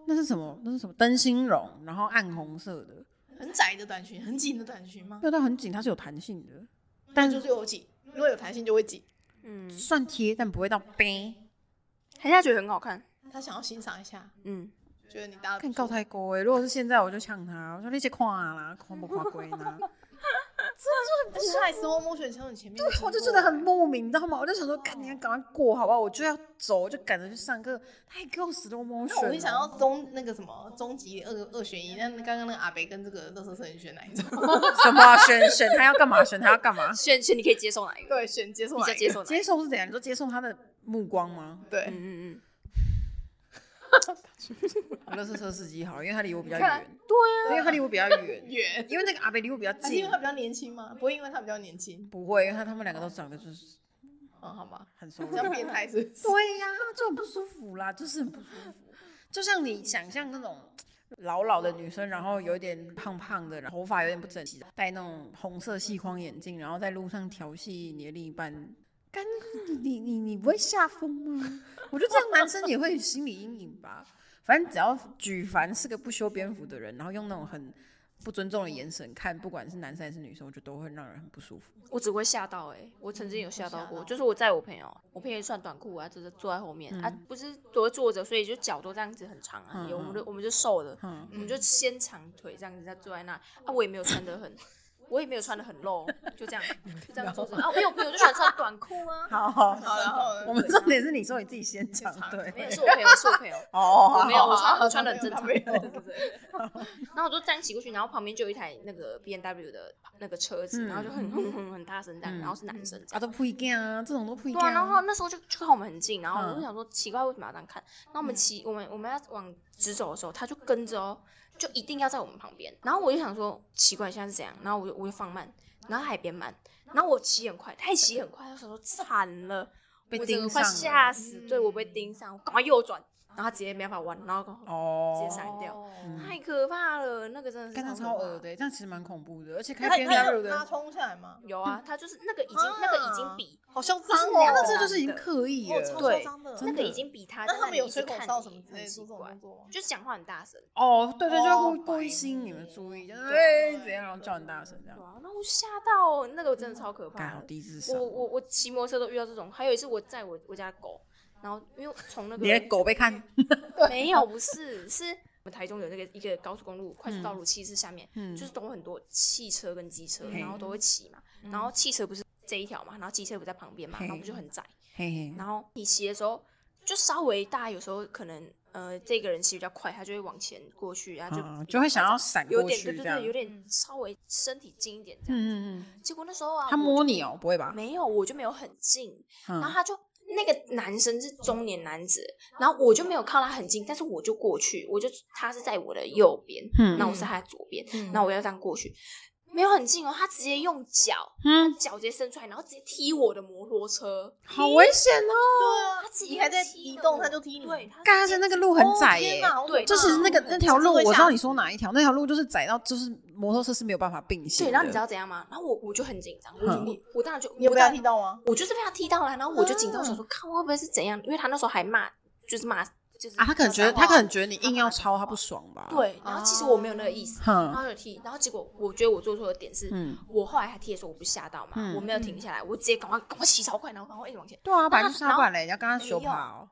那是什么？那是什么？灯芯绒，然后暗红色的，
很窄的短裙，很紧的短裙吗
没？有到很紧，它是有弹性的，
但就是有紧，如果有弹性就会紧。
嗯，
算贴，但不会到背。
还是他觉得很好看，
他想要欣赏一下，
嗯，？
觉得你搭的
看告太高哎、如果是现在，我就呛他，我说你这跨啦，跨不跨规呢？
但是他还 slow motion 从你前面经过，
啊我就真的很莫名，你知道吗？我就想说，赶紧赶快过，好不好？我就要走，我就赶着去上课。他还给我 slow motion，
那我会想要
哦
中那个什么终极二二选一，那刚刚那个阿北跟这个乐色车，你选哪一种？
什么啊选选他要干嘛？选他要干嘛
选选你可以接受哪一个？
*laughs* 对，选接受
比
哪
较
一个
接受哪一
接
个？
受是怎样？你说接受他的目光吗？
嗯
对，
嗯嗯，
我乐色车司机好，因为他离我比较
看
远，
对
因为他离我比较远，
远，
因为那个阿北离我比较
还啊是因
近
为。他比较年轻吗？不会因为他比较年轻，
不会，因为他他们两个都长得就是
嗯，好 *laughs* 吧，
很熟
这样变态是不是？
对呀、就很不舒服啦，就是很不舒服。就像你想象那种老老的女生，然后有点胖胖的，然后头发有点不整齐，戴那种红色细框眼镜，然后在路上调戏你的另一半。干，你你你你不会吓疯吗？我觉得这样男生也会有心理阴影吧。反正只要举凡是个不修边幅的人，然后用那种很不尊重的眼神看，不管是男生还是女生，我觉得都会让人很不舒服。
我只会吓到哎、我曾经有吓到
吓
过，
到
就是我载我朋友，我朋友也穿短裤啊，就是坐在后面、啊，不是都会坐着，所以就脚都这样子很长啊，
嗯
有我们就
嗯
我们就瘦的，
嗯
我们就先长腿这样子在坐在那，啊，我也没有穿的很，我也没有穿的很露，就
*laughs*
这样就这样坐着啊，我有朋友就喜欢穿短裤啊，
好，
好，然后
我们重点是你说你自己先讲，对，
没有是我朋友是我朋友，
哦
我没有，
好
我穿
好
我穿的很
他
正常。
没
对
有他没
对
有
对对。然后我就这样骑过去，然后旁边就有一台那个 B N W 的那个车子，
嗯
然后就很很很很大声这样，
嗯
然后是男生这样。
啊，都不一样啊，这种都不一
对
样、
啊，然后那时候就就靠我们很近，然后我
嗯
就想说奇怪为什么要这样看？然后我们骑我们我们要往直走的时候，他就跟着哦，就一定要在我们旁边。然后我就想说奇怪现在是怎样？然后我就我就放慢，然后他也变慢，然后我骑很快，他也骑很快，我想说惨了，
被
我整个
盯
快
上了
吓死，对我被盯上，我赶快右转，然后他直接没办法弯，然后
哦，
直接闪掉
嗯
太可怕了，那个真的是
干他
好
超
可怕
恶的、欸，这样其实蛮恐怖的，而且开
他
B
他
W
有拉
的，
冲下来吗？
有啊，他就是那个已经、
啊
那个已经比
好嚣张
就是
哦，
两
那
个
这
人
就是已经刻意
哦超
了。
对
嚣张的，
那
真
个
的
已经比他在
那他
那
们
里
有
一直
吹口
看
哨
你
什么之
很
类做
奇
这种
怪
动，作吗？
就是讲话很大声。
哦，对对，就要
哦
故意故意
白
吸引你们
目
注意，就是
对
哎怎样，然后叫你大声这样
哦对，啊，那我吓到那个真的超可
干
怕
好
的。
低智商
我
哦。
我我骑摩托车都遇到这种，还有一次我载我我家的狗，然后因为从那个
你的狗被看，
没有
*laughs*
不是是我们台中有那个一个高速公路快速道路七四下面，
嗯
就是都有很多汽车跟机车，
嘿嗯
然后都会骑嘛，然后汽车不是这一条嘛，然后机车不在旁边嘛，
嘿
然后不就很窄。
嘿嘿，
然后你骑的时候，就稍微大家有时候可能呃这个人骑比较快，他就会往前过去，然后就、
啊，就会想要闪
有
过
点对
去
对
这样
对，有。点稍微身体近一点这样。
嗯嗯嗯，
结果那时候啊，
他
我
摸你哦，不会吧？
没有，我就没有很近，然后
嗯，
他就。那个男生是中年男子，然后我就没有靠他很近，但是我就过去，我就他是在我的右边，
嗯
那我是他的左边，
嗯
那我要这样过去，没有很近哦，他直接用脚，
嗯，
脚直接伸出来，然后直接踢我的摩托车，
好危险哦！
对啊
他自己
你还在
踢
移
了
动，
我
他就踢你，
对，他
干，
直
而
接
且那个路很窄
哦天
耶、嗯
哪好可
对
怕
就是那个
哦
那条
真的
路，
会
我知
吓
道
死
你说哪一条，那条路就是窄到就是摩托车是没有办法并行
对，
的。
然后你知道怎样吗？然后我我就很紧张，我就
嗯
我我当然就
你有
我
被他
当
踢到吗？嗯
我就是被他踢到了，然后我就紧张，我想说看我会不会是怎样？因为他那时候还骂，就是骂就是
啊，他可能觉得
要打
他可
话
能觉得你硬要抄他不爽吧？，
对，然后其实我没有
哦
那个意思，
哼
然后有踢，然后结果我觉得我做错的点是，
嗯
我后来他踢的时候我不是吓到嘛，
嗯
我没有停下来，我直接赶快赶快骑超快，然后赶快一直往前。
对啊，
他
本来就是
然
他
后
本来要跟他修
没有
跑，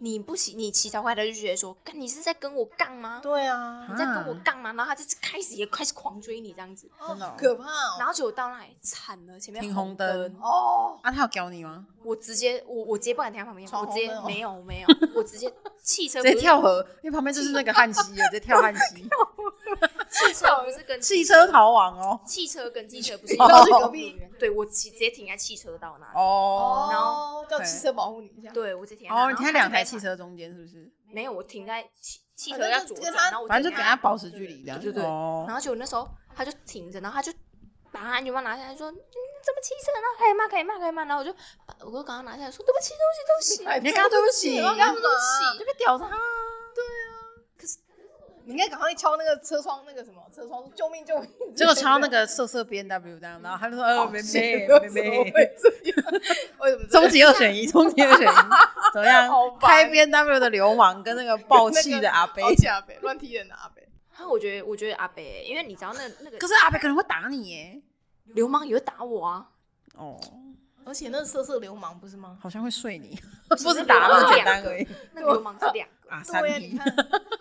你不骑，你骑超快，他就觉得说，干你是在跟我杠吗？
对啊，
你在跟我
啊
杠吗？然后他就开始也开始狂追你这样子，
真的哦
可怕哦。
然后结果到那里惨了，前面
停
红
红灯
哦，
啊，他有教你吗？
我直接我我直接不敢停在旁边，
闯
我直接
红灯哦
没有没有，我直
*laughs*
接汽车不
直接
是
跳河，因为旁边就是那个汉溪了，直接跳汉溪，
*laughs* 汽车不是跟
汽车哦逃亡哦。
汽车跟机车不是
你
跳去
有
隔壁
缘对我骑直接停在汽车道那里，
哦
然
哦
后，
叫汽车保护你一下。
对我直接停在那
哦，你看两台，
然后他就开
汽
始
车中间是不是？
没有，我停在汽汽
反
车
正
要
就
左
跟
转，
他
然后我
反正就
停
给
在
他保持距离这样。
对对对
哦
然后就那时候他就停着，然后他就把他安全帽拿下来说：“嗯，怎么骑车？”然后可以骂，可以骂，可以骂。然后我就把我就赶快拿下来说：“对不起，对不起，对不起。”
哎你跟他对不起，
你干嘛？
就被屌他。
你应该赶快敲那个车窗，那个什么车窗，救命救命！哦
结果
*laughs*
抄那个色色 B N W 这样，然后他就说：“
哦
呃，妹妹，妹
*laughs*
妹，
为什么这
终
样？
极二选一，终极二选一，
*laughs*
怎么样
好？烦
开 B N W 的流氓跟 *laughs* 那个暴气的
好
阿
哦
贝，
气阿北，乱踢人的阿北。
然后我觉得，我觉得阿北、因为你知道那那
可
个
是阿贝可能会打你耶。
流氓也会打我啊，
哦，
而且那色色流氓不是吗？
好像会睡你，
是
不是打那么简
两
单
个
*laughs* 而已
那流氓是两 *laughs* 个，
啊。三
对呀，
P
你
*laughs*
看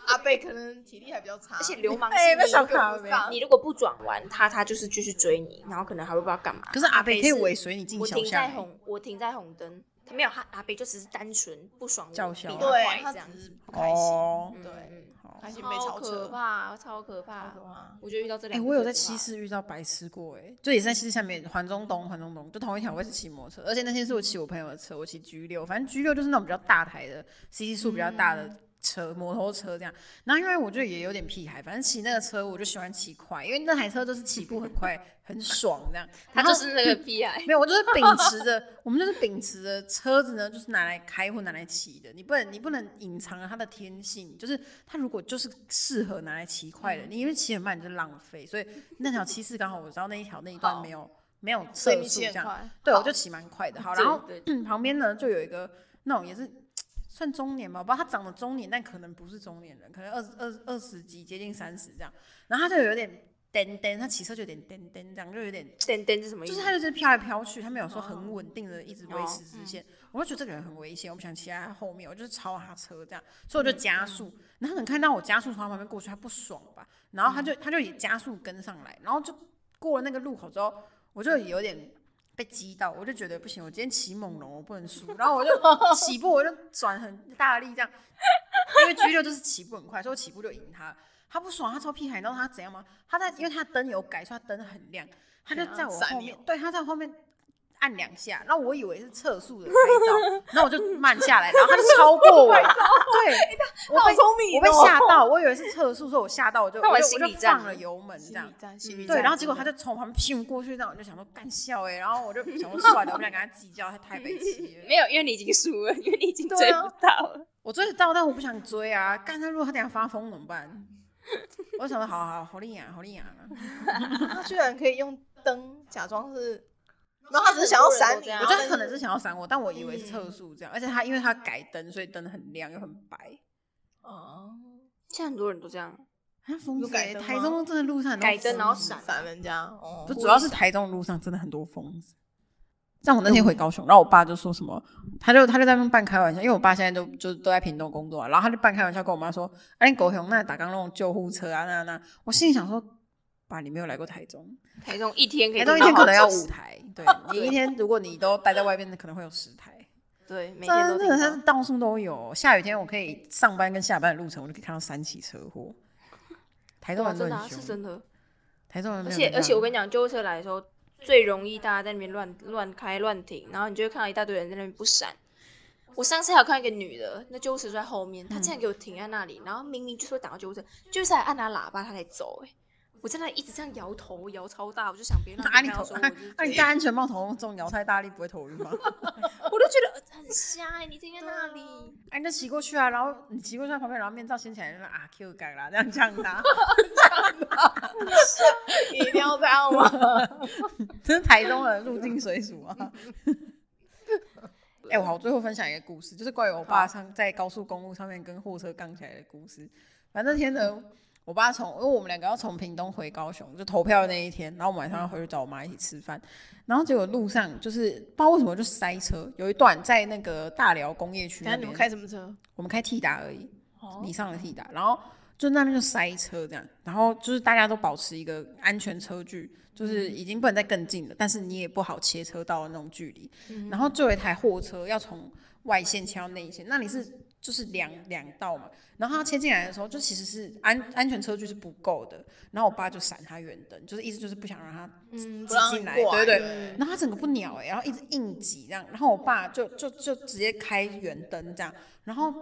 阿北可能体力还比较差，
而且流氓是
哎，被
你
小
跟
卡
不
没？
上
你如果不转弯，他他就是继续追你，然后可能还会不知道干嘛。
可是阿
北
贝可以尾随你进
我
小
停
巷
在
欸，
红，我停在红灯，他没有，他阿北就只是单纯不爽我，
叫
比
嚣
他
对
坏
他
这样
只
子
是。不开
哦
心，
嗯
对，
嗯
好
开心被
超
超
可
车。
怕，超可怕
好！可怕
我觉得遇到这
哎、
两个，
我有在西，施遇到白痴过、哎，就也是在西施下面环中东、环中东，就同一条，我也是骑摩托车，而且那天是我骑我朋友的车，我骑 G 六，反正 G 六就是那种比较大台的，CC 数比较大的车，摩托车这样。然后因为我就也有点屁孩，反正骑那个车我就喜欢骑快，因为那台车就是起步很快，很爽这样。
他
然后嗯
就是那个 PI，
没有，我就是秉持着，我们就是秉持着车子呢，就是拿来开或拿来骑的，你不能你不能隐藏了它的天性，就是它如果就是适合拿来骑快
嗯
的，你因为骑很慢你就浪费，所以那条七四刚好我知道那一条那一段
好
没有没有
所以
测
你
速
骑
这
很
样，
快，
对我就骑蛮快的，好， *laughs* 然后嗯
对对
*clears throat* 旁边呢就有一个那种也是算中年吧，我不知道他长得中年，但可能不是中年人，可能二十二二十几接近三十这样，然后他就有点。颠颠，他骑车就有点颠颠，这样就有点
噔噔是什么意
就
思？
是他就是飘来飘去，他没有说很稳定的一直维持直线。我就觉得这个人很危险，我不想骑在他后面，我就是超他车这样，所以我就加速。然后可能看到我加速从他旁边过去，他不爽吧，然后他就、他就也加速跟上来，然后就过了那个路口之后，我就有点。被激到，我就觉得不行，我今天骑猛龙，我不能输。然后我就 *laughs* 起步，我就转很大力这样，因为 G 六就是起步很快，所以我起步就赢他了。他不爽，他超屁孩，你知道他怎样吗？他在因为他灯有改，所以他灯很亮，他就
怎样
在我
闪
后
你
面，对，啊他在我后面按两下，然后我以为是测速的拍照，然后我就慢下来，然后他就超过 *laughs* 我，对，我
好
被
聪明
我
哦，
被吓到，我以为是测速，所以我吓 *laughs* 到我就
那
我
我
就
心
我
理
就
战
放
了
了油门这
心
样嗯
理。战，心理战。
对，然后结果他就从旁边屁股过去，让我就想说干笑哎、欸，然后我就想说算了，我不想跟他计较，他太北齐了。
没有，因为你已经输了，因为你已经
对
追
啊
不到了。
我追得到，但我不想追啊！干他，如果他等一下发疯怎
*laughs*
么办？我想说，好好好厉害，好厉害啊！
他居然可以用灯假装是，然后他只是想要闪你，
我
我
觉
觉
得他可能是想要闪我，但我以为是测速
嗯
这样，而且他因为他改灯，所以灯很亮又很白。
哦，
现在很多人都这样，
啊，疯子欸！
有改灯吗
台中真的路上很多
改灯然后
疯子
闪
闪人家哦
不，主要是台中路上真的很多疯子。像我那天回高雄，然后我爸就说什么，他就他就在那边半开玩笑，因为我爸现在都就都在屏东工作、啊，然后他就半开玩笑跟我妈说：“哎、你狗熊那打刚那种救护车啊，那那。”我心里想说：“爸，你没有来过台中，
台中一天可以，
哎台中一天可能要五
五，
台，对 *laughs* 你一天如果你都待在外面，可能会有十台。
对，每天都听
真的，它
到
是。到处都有。下雨天我可以上班跟下班的路程，我就可以看到三起车祸。台中
哇
人都
真的啊
很
是
凶，
真的，
台中人
而
没有
且
人
而且我跟
让
你讲，救护车来的时候最容易大家在那边乱乱开乱停，然后你就会看到一大堆人在那边不闪。我上次还有看到一个女的，那救护车就在后面，她竟然给我停在那里，然后明明就说打到救护车，救护车还按她喇叭，她才走、欸。我在那里一直这样摇头摇超大，我就想别让
哪
她
里
看到
头
说我
那、
就是
*laughs* 啊、你戴安全帽头重摇太大力不会头晕吗？ *laughs*
我都觉得呃很瞎、欸，你停在那里，
啊，你就骑过去啊，然后你骑过去，旁边然后面罩掀起来，就说啊 Q 感啦，这样呛他，
一定要这样 *laughs* 吗？ *laughs*
这是台中人入境水俗啊。哎、我好，最后分享一个故事，就是关于我爸上在高速公路上面跟货车杠起来的故事。反正那天呢，我爸从因为我们两个要从屏东回高雄，就投票的那一天，然后我晚上要回去找我妈一起吃饭，然后结果路上就是不知道为什么就塞车，有一段在那个大寮工业区
等
那
下你
边
们，开什么车？
我们开 T 达而已，你上了 T 达，然后就那边就塞车这样，然后就是大家都保持一个安全车距，就是已经不能再更近了，但是你也不好切车道的那种距离。然后就有一台货车要从外线切到内线，那你是就是两两道嘛，然后他切进来的时候，就其实是安安全车距是不够的，然后我爸就闪他远灯，就是意思就是不想让他
嗯，不
挤
让
进来，
过嗯
对对。然后他整个不鸟哎、然后一直硬挤这样，然后我爸就就就直接开远灯这样，然后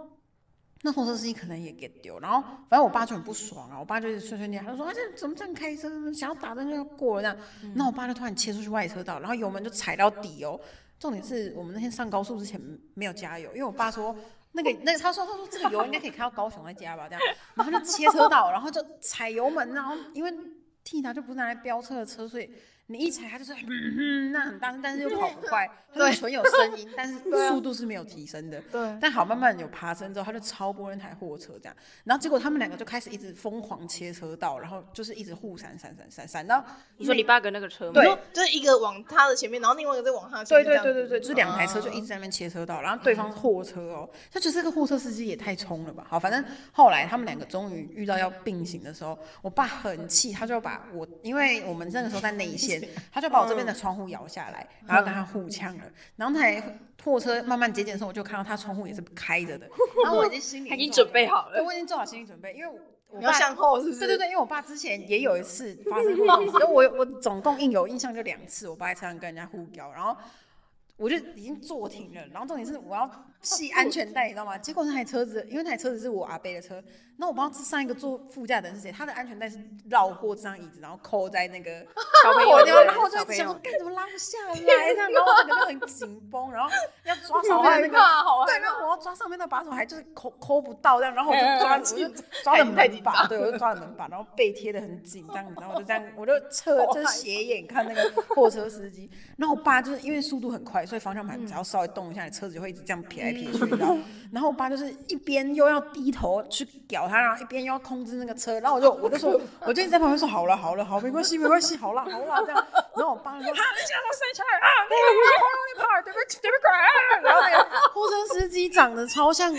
那红色司机可能也给丢，然后反正我爸就很不爽啊，我爸就一直碎碎念，他就说啊这怎么这样开车，想要打灯就要过了这样，
嗯
那、我爸就突然切出去外车道，然后油门就踩到底哦。重点是我们那天上高速之前没有加油，因为我爸说。那个那个，他说他说这个油应该可以开到高雄再加吧，这样，然后就切车道，然后就踩油门，然后因为 T 达就不是拿来飙车的车，所以你一踩它就是嗯哼，那很大声，但是又跑不
*laughs*
快，它就纯有声音，但是
啊
速度是没有提升的。
对
但好慢慢有爬升之后，它就超过那台货车这样，然后结果他们两个就开始一直疯狂切车道，然后就是一直互闪闪闪闪闪到
你说你爸跟那个车吗？
对
就就是一个往他的前面，然后另外一个再往他的前
对
面。这样
对对
子哦嗯
对对，就是两台车就
*laughs*
一直在那边切车道，然后对方是货车哦，他觉得这个货车司机也太冲了吧。好，反正后来他们两个终于遇到要并行的时候，我爸很气，他就把我，因为我们那个时候在
*laughs*
内线，他就把我这
嗯
边的窗户摇下来，然后跟他互呛了。然后那台货车慢慢接近的时候，我就看到他窗户也是开
*laughs*
着的，然后我已经心里
他已经准备好
对，
了。
我已经做好心理准备，因为我
你要
爸
向后是不是？
对对对，因为我爸之前也有一次发生过这种事， *laughs* 我我总共印有印象就两次，我爸在车上跟人家互飙，然后我就已经坐停了，然后重点是我要系安全带，你知道吗？结果那台车子，因为那台车子是我阿伯的车，那我不知道上一个坐副驾的人是谁，他的安全带是绕过这张椅子，然后扣在那个
小朋友，
我的地方，然后我就
小
一
朋
直想说
友，
干怎么拉不下来这样，然后我整个就很紧绷，然后要抓手的那个。
怕，
啊
好
对，然后我要抓上面的把手，还就是抠抠不到这样，然后我就抓，我就抓
太太
着门
紧
把，对，我就抓着门把，然后背贴的很紧张，然后我就这样，我就侧就是斜眼看那个货车司机，然后我爸就是因为速度很快，所以方向盘只要稍微动一下，你车子就会一直这样撇来撇去，你知道。然后我爸就是一边又要低头去屌他，然后一边又要控制那个车，然后我就我就说，我就一直在旁边说好了好了好，没关系没关系，好啦好啦这样。然后我爸就说啊，你现在我塞起来啊，你你跑你跑，对不起对不起啊。然后那个货车司机长得超像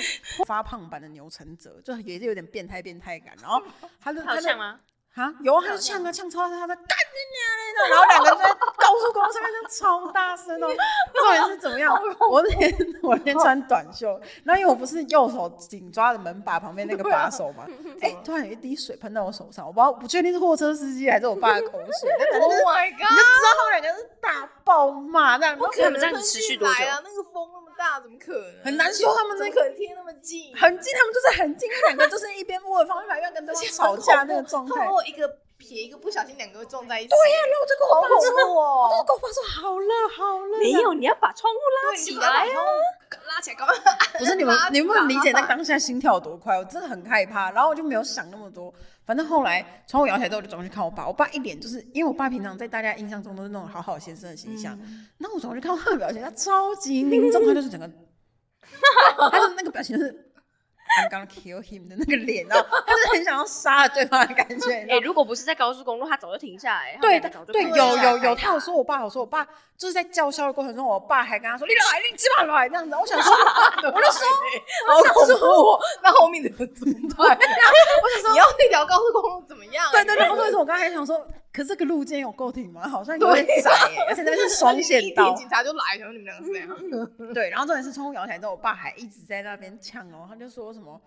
发胖版的牛成哲，就也是有点变态变态感。然后他就
他
他
有
就
像吗？
啊，有啊，他就呛啊呛超他在干你娘的，然后两个人在高速公路上面就超大声
*laughs*
哦。重点是怎么样？我那天我那天穿短袖，然后因为我不是右手紧抓着门把旁边那个把手
*laughs*
嘛，哎、突然有一滴水喷到我手上，我不知道不确定是货车司机还是我爸的口水，
*laughs*
但反正就是
Oh my
你
god！
就知道他们两个是大爆骂这样，然后
可能这样持续多久
来啊？那个风那么大，怎么可能？
很难说他们那
怎么
个
可能贴那么近。
很近，他们就是很近，那两个就是一边握着方向盘，一边跟对方吵架那个状态。
然
然后
后一个撇一个不小心，两个会撞在一起。对呀、
我就跟我爸
好恐
说，
怖
我
哦！
就跟我爸说好了好了，
没有，你要把窗户拉
对
起
你把
来
它
啊！
拉起来干嘛？
不是你们
拉，
你们不能理解那当下心跳有多快，我真的很害怕，然后我就没有想那么多。反正后来窗户摇起来之后，我就转过去看我爸，我爸一脸就是，因为我爸平常在大家印象中都是那种好好先生的形象，
*laughs*
那、我转过去看他的表情，他超级凝重，他就是整个， *laughs* 他的那个表情是 I'm gonna kill him 的那个脸，然后他是很想要杀了对方的感觉，你知道
哎，
吗
如果不是在高速公路，他早就停下来。他们
对
两
的
个早，就
对，
停下
有
*laughs* 来
有有，他有说我爸，有说我爸就是在叫嚣的过程中，我爸还跟他说：“你来，你起码来。”这样子，我想说，我就说，
好恐怖、哦！那后面的人怎么办？
我想
你
说，
要那条高速公路怎么样、啊
对对对，或者是我刚才想说，可是这个路肩有够挺吗？好像有
对
点窄耶，而且那边是双
一 *laughs*
线
点
道。
警察就来，想说你们两个是这样。
对，然后重点是窗户摇起来之后，我爸还一直在那边呛哦，他就说什么。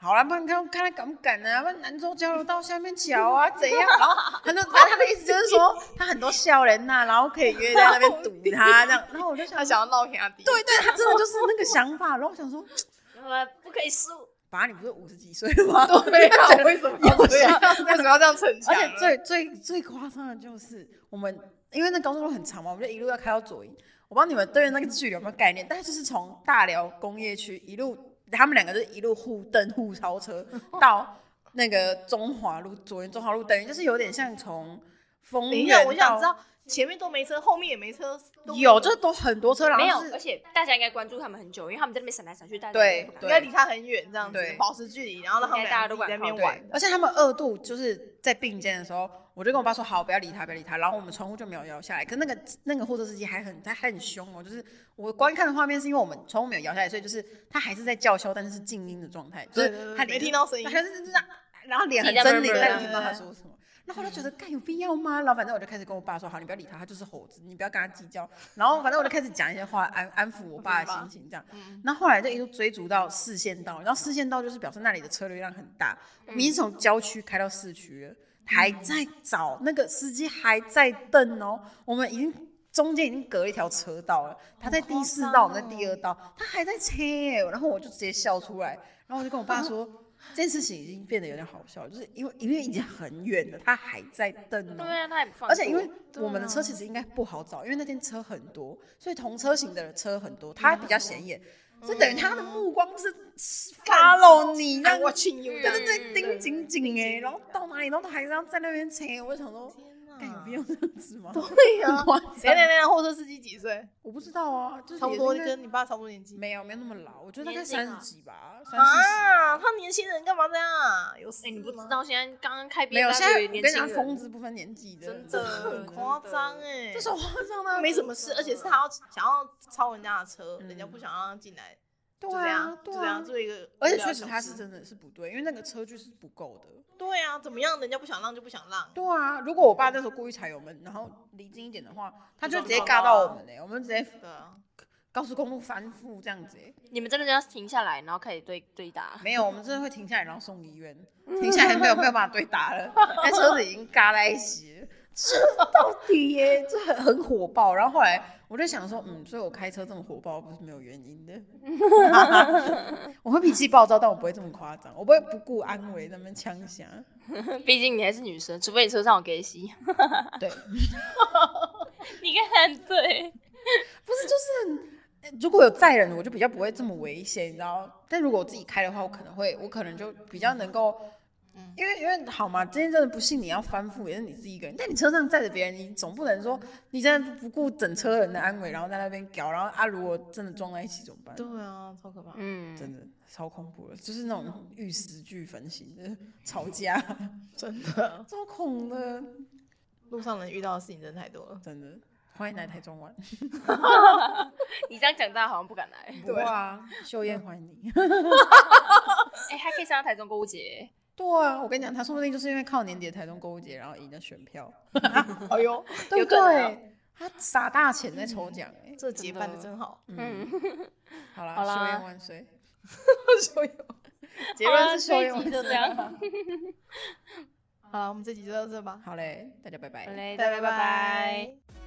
好啦，不然看看他敢不敢啊？不然南州交流道下面桥啊，怎样？然后他就反正他的意思就是说，他很多笑人呐、然后可以约在那边堵他这样。然后我就想
他，想要闹天下敌。
对对，他真的就是那个想法。然后我想说，
然后他呃不可以输。
爸，你不是五十几岁了吗？
对
*laughs*
啊，为什么要这样？为什么要这样逞强啊
而
呢？
且最最最夸张的就是，我们因为那高速路很长嘛，我们就一路要开到左营。我不知道你们对那个距离有没有概念，但是就是从大寮工业区一路，他们两个就是一路互瞪
*laughs*
互超车到那个中华路左营中华路，等于就是有点像从逢
等一下，
源
我想
到
知道前面都没车，后面也没车，都没
有，就是都很多车，然
没有
后就，
而
是
且大家应该关注他们很久，因为他们在那边闪来闪去，大家
对
都不敢
应
对
该离他很远，这样子
对
保持距离，然后让他
应
们
该大
俩
家
自
都
己在那边
管 *laughs*
玩
对。，而且他们二度就是在并肩的时候，我就跟我爸说好，不要理他，不要理他，然后我们窗户就没有摇下来。可那个那个货车司机还很他还很凶哦，就是我观看的画面是因为我们窗户没有摇下来，所以就是他还是在叫嚣，但是是静音的状态，就
对
是
对
他
对
脸
没听到声音
他就是这样，然后脸很
自己在 murmur
狰狞，但我听不到他
对对对
说什么。然后我就觉得，干有必要吗？然后反正我就开始跟我爸说，好，你不要理他，他就是猴子，你不要跟他计较。然后反正我就开始讲一些话安安抚我爸的心情，这样。然后后来就一路追逐到四线道，然后四线道就是表示那里的车流量很大，我们已经从郊区开到市区了，还在找那个司机还在等哦，我们已经。中间已经隔了一条车道了，他在第四道，我们在第二道，他还在切耶，然后我就直接笑出来，然后我就跟我爸说，这件事情已经变得有点好笑，就是因为因为已经很远了，他还在等哦。
对啊，他也不放过。
而且因为我们的车其
啊
实应该不好找，因为那天车很多，所以同车型的车很多，他比
啊
较显眼，所以等于他的目光是 follow 你，让
让嗯哎我去你，
对对对，
嗯
盯紧紧哎，然后到哪里，然后他还是要在那边切，我就想说，干有必要这样子吗？
对啊呀、哎
很夸张
等一下等一下，货车司机几岁？
*laughs* 我不知道啊，就是
差不多
也是应该
跟你爸差不多年
嗯
纪。
没有没有那么老，我觉得大概
年轻啊
三十几吧，三四十。
啊，他年轻人干嘛这样啊？有事
哎，你不
吗
知道现在刚刚开 B
没有，现在我跟
年
你
轻
讲，疯
人
子不分年纪的，
真
的，
的
很夸张哎，
这是我让他
没什么事，而且是他要想要抄人家的车，人家
嗯
不想让他进来，就
对
这
啊
样，就
对
这样
啊，
做一个。
而且确实他是
的。
真的是不对，因为那个车距是不够的。
对啊，怎么样？人家不想让就不想让。
对啊，如果我爸那时候故意踩油门，然后离近一点的话，他就直接尬到我们呢、我们直接
对啊，
高速公路翻覆这样子、欸。
你们真的要停下来，然后开始对对打。 *laughs*
没有，我们真的会停下来，然后送医 *laughs* 院。停下来没有没有办法对打 *laughs* 了，那车子已经嘎在一 *laughs* 起了。这到底耶、这很很火爆。然后后来我就想说，嗯，所以我开车这么火爆不是没有原因 *laughs* 的。我会脾气暴躁，但我不会这么夸张，我不会不顾安危在那边呛下。
毕竟你还是女生，除非你车上有 gay 吸。
对，
*laughs* 你看，对，
不是，就是很呃如果有载人，我就比较不会这么危险，你知道？但如果我自己开的话，我可能会，我可能就比较能够，
嗯
因为因为好嘛，今天真的不信你要翻覆，也是你自己一个人，但你车上载着别人，你总不能说你真的不顾整车人的安危，然后在那边搞，然后啊，如果真的撞在一起怎么办？
对啊，超可怕。
嗯，
真的超恐怖的，就是那种玉石俱焚型
*laughs*
的吵架，
*laughs*
真的，
超恐的，
路上能遇到的事情真的太多了。
真的。欢迎来台中玩，
你这样讲，大家好像不敢来。
对嗯
不啊，秀燕欢迎你。
哎，还可以参加台中购物节，
对啊，我跟你讲，他说不定就是因为靠年底的台中购物节，然后赢了选
*laughs*
票，
哎呦，
对
有
不
可能啊
对？他撒大钱在抽奖哎、
这结
真
伴的
的
真好。
嗯， *laughs*
好啦，
好啦
秀燕万岁！
所以
结论是秀燕
好啦
万
这一集就
岁。
这
*laughs*
样。
好了，我们这集就到这吧。
好嘞，大家拜拜。
好嘞，
大
大
家
家拜拜。
拜